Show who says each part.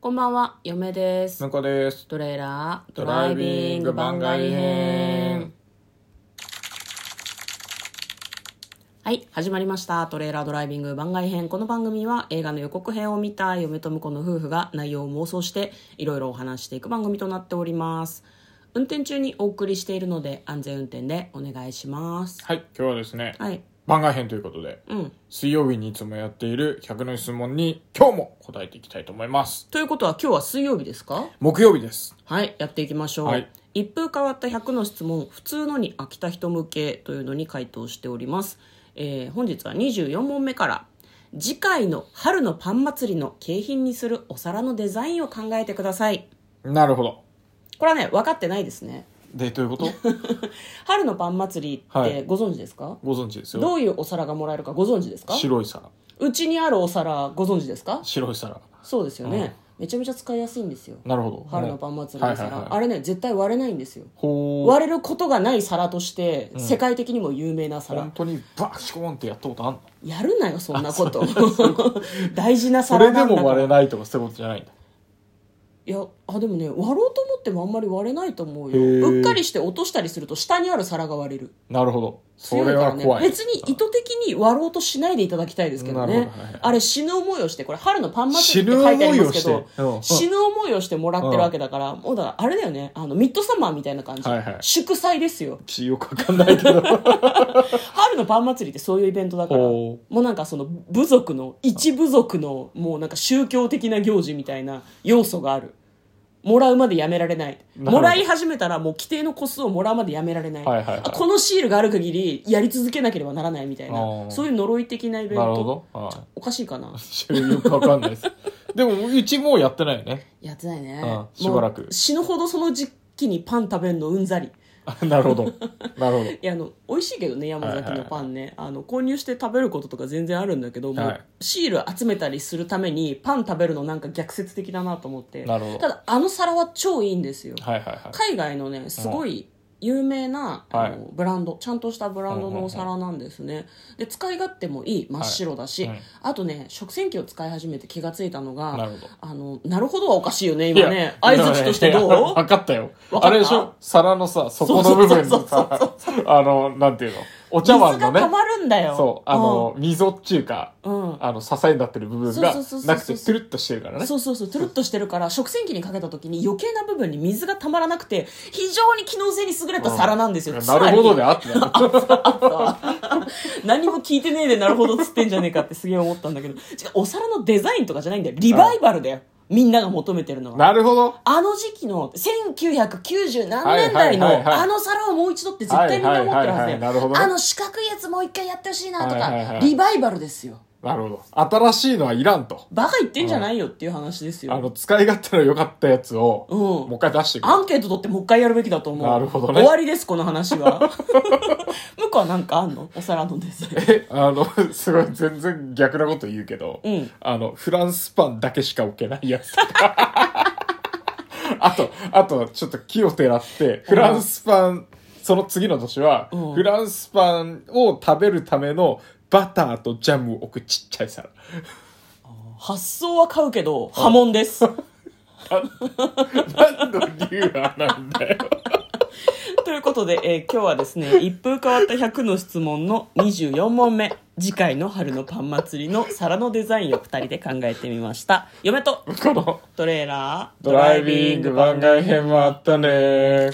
Speaker 1: こんばんは、嫁です
Speaker 2: 向。こうです
Speaker 1: トレーラード
Speaker 2: ドライビング番外編。
Speaker 1: はい、始まりました。トレーラードライビング番外編。この番組は映画の予告編を見た嫁と婿の夫婦が内容を妄想していろいろお話していく番組となっております。運転中にお送りしているので安全運転でお願いします。
Speaker 2: はい今日はですね、
Speaker 1: はい。
Speaker 2: 番外編ということで
Speaker 1: うん。
Speaker 2: 水曜日にいつもやっている100の質問に今日も答えていきたいと思います
Speaker 1: ということは今日は水曜日ですか
Speaker 2: 木曜日です
Speaker 1: はい、やっていきましょう。
Speaker 2: はい
Speaker 1: 一風変わった100の質問、普通のに飽きた人向けというのに回答しております。えー本日は24問目から、次回の春のパン祭りの景品にするお皿のデザインを考えてください。
Speaker 2: なるほど
Speaker 1: これはね、分かってないですね。
Speaker 2: でど ういうこと
Speaker 1: 春のパン祭りっ
Speaker 2: は
Speaker 1: て
Speaker 2: い
Speaker 1: ご存知ですか、
Speaker 2: ご存知です
Speaker 1: ど
Speaker 2: よ
Speaker 1: ういうお皿がもらえるかご存知ですか
Speaker 2: 白い皿
Speaker 1: うちにあるお皿ご存知ですか
Speaker 2: 白い皿
Speaker 1: そうですよね、めちゃめちゃ使いやすいんですよ。
Speaker 2: なるほど
Speaker 1: 春のパン祭りの皿、
Speaker 2: はいはいはい
Speaker 1: あれね、絶対割れないんですよ。
Speaker 2: ほう
Speaker 1: 割れることがない皿として世界的にも有名な皿、
Speaker 2: 本当にバッシコーンってやったことあんの
Speaker 1: やるなよそんなこと 大事な
Speaker 2: そ
Speaker 1: 皿
Speaker 2: れ
Speaker 1: な
Speaker 2: で
Speaker 1: んだ
Speaker 2: も
Speaker 1: から
Speaker 2: 割れないとかそういうことじゃないんだ
Speaker 1: いやあでもね割ろうと思ってもあんまり割れないと思う
Speaker 2: へー
Speaker 1: ようっかりして落としたりすると下にある皿が割れる
Speaker 2: なるほどそ
Speaker 1: 強い
Speaker 2: れ
Speaker 1: から
Speaker 2: は
Speaker 1: ね
Speaker 2: 怖い
Speaker 1: 別に意図的に割ろうとしないでいただきたいですけど
Speaker 2: なる
Speaker 1: ね
Speaker 2: ほどはいはい
Speaker 1: あれ死ぬ思いをしてこれ春のパン祭りって書いてありますけど
Speaker 2: 死ぬ思いをしてう
Speaker 1: 死
Speaker 2: ん
Speaker 1: ぬ思いをしてもらってるわけだからもうだからあれだよねあのミッドサマーみたいな感じ、
Speaker 2: はいはい
Speaker 1: 祝祭ですよ
Speaker 2: 血よくわかんない けど
Speaker 1: 春のパン祭りってそういうイベントだから
Speaker 2: お
Speaker 1: もうなんかその部族の一部族のもうなんか宗教的な行事みたいな要素があるもらうまでやめられない
Speaker 2: ほど
Speaker 1: もらい始めたらもう規定の個数をもらうまでやめられない,あ、
Speaker 2: はいはいはい
Speaker 1: このシールがある限りやり続けなければならないみたい
Speaker 2: あ
Speaker 1: な
Speaker 2: ー
Speaker 1: そういう呪い的なイベン
Speaker 2: なるほ
Speaker 1: ト
Speaker 2: どは
Speaker 1: おかしいかない
Speaker 2: よくわかんな いですでもうちもうやってないよね
Speaker 1: やってないね
Speaker 2: あーしばらく
Speaker 1: もう死ぬほどその時期にパン食べるのうんざり
Speaker 2: あなるほど。なるほど。
Speaker 1: いやあの美味しいけどね山崎のパンね、あの購入して食べることとか全然あるんだけど、もう
Speaker 2: はい
Speaker 1: シール集めたりするためにパン食べるのなんか逆説的だなと思って
Speaker 2: なるほど
Speaker 1: ただあの皿は超いいんですよ、
Speaker 2: はいはいはい。
Speaker 1: 海外のねすごい有名な、
Speaker 2: はい
Speaker 1: あのブランドちゃんとしたブランドのお皿なんですね、で使い勝手もいい真っ白だし、
Speaker 2: はいうん
Speaker 1: あとね食洗機を使い始めて気がついたのが
Speaker 2: なるほど
Speaker 1: あのなるほどはおかしいよね今
Speaker 2: い
Speaker 1: ね
Speaker 2: や
Speaker 1: 合図としてど
Speaker 2: いや
Speaker 1: う
Speaker 2: 分かったよ。
Speaker 1: わかった
Speaker 2: あれでしょ皿のさ、底の部分
Speaker 1: そう
Speaker 2: の
Speaker 1: そうそう
Speaker 2: さ、あの、なんていうのお茶碗
Speaker 1: 水
Speaker 2: の
Speaker 1: が
Speaker 2: ね
Speaker 1: 溜、まるんだよ
Speaker 2: そう、あの、溝っていうか、
Speaker 1: うん、うん
Speaker 2: あの、支えになってる部分が
Speaker 1: そうそうそうそう
Speaker 2: なくて、トゥルッとしてるからね。
Speaker 1: そうそうそうトゥルッとしてるから食洗機にかけた時に余計な部分に水がたまらなくて非常に機能性に優れた皿なんですよ、
Speaker 2: なるほどで
Speaker 1: あ
Speaker 2: あってな る
Speaker 1: 何も聞いてねえでなるほどっつってんじゃねえかってすげえ思ったんだけど違うお皿のデザインとかじゃないんだよリバイバルだよみんなが求めてるのは
Speaker 2: なるほど。
Speaker 1: あの時期の1990何年代の
Speaker 2: はいはいはいはい
Speaker 1: あの皿をもう一度って絶対みんな思ってるはずだ
Speaker 2: はいはいはいはいなるほど
Speaker 1: よ
Speaker 2: ね
Speaker 1: あの四角いやつもう一回やってほしいなと
Speaker 2: はいはいは
Speaker 1: か
Speaker 2: い
Speaker 1: リバイバルですよ
Speaker 2: なるほど。新しいのはいらんと。
Speaker 1: バカ言ってんじゃないよっていう話ですよ
Speaker 2: あの、使い勝手の良かったやつを、
Speaker 1: うん
Speaker 2: もう一回出してくる
Speaker 1: ア。ンケート取ってもう一回やるべきだと思う。
Speaker 2: なるほどね
Speaker 1: 終わりです、この話は。 向こうはなんかあんのお皿のデザイン。
Speaker 2: え、 あの、すごい、全然逆なこと言うけど、
Speaker 1: うん
Speaker 2: あの、フランスパンだけしか置けないやつとか。あと、あと、ちょっと気を照らって、フランスパン、その次の年は、
Speaker 1: うん
Speaker 2: フランスパンを食べるためのバターとジャムを置くちっちゃい皿。
Speaker 1: 発想は買うけど、波紋です。
Speaker 2: 何の理由なんだよ。
Speaker 1: ということで、えー今日はですね、一風変わった100の質問の24問目。次回の春のパン祭りの皿のデザインを2人で考えてみました。嫁と
Speaker 2: この、
Speaker 1: トレーラー、
Speaker 2: ドライビング番外編もあったね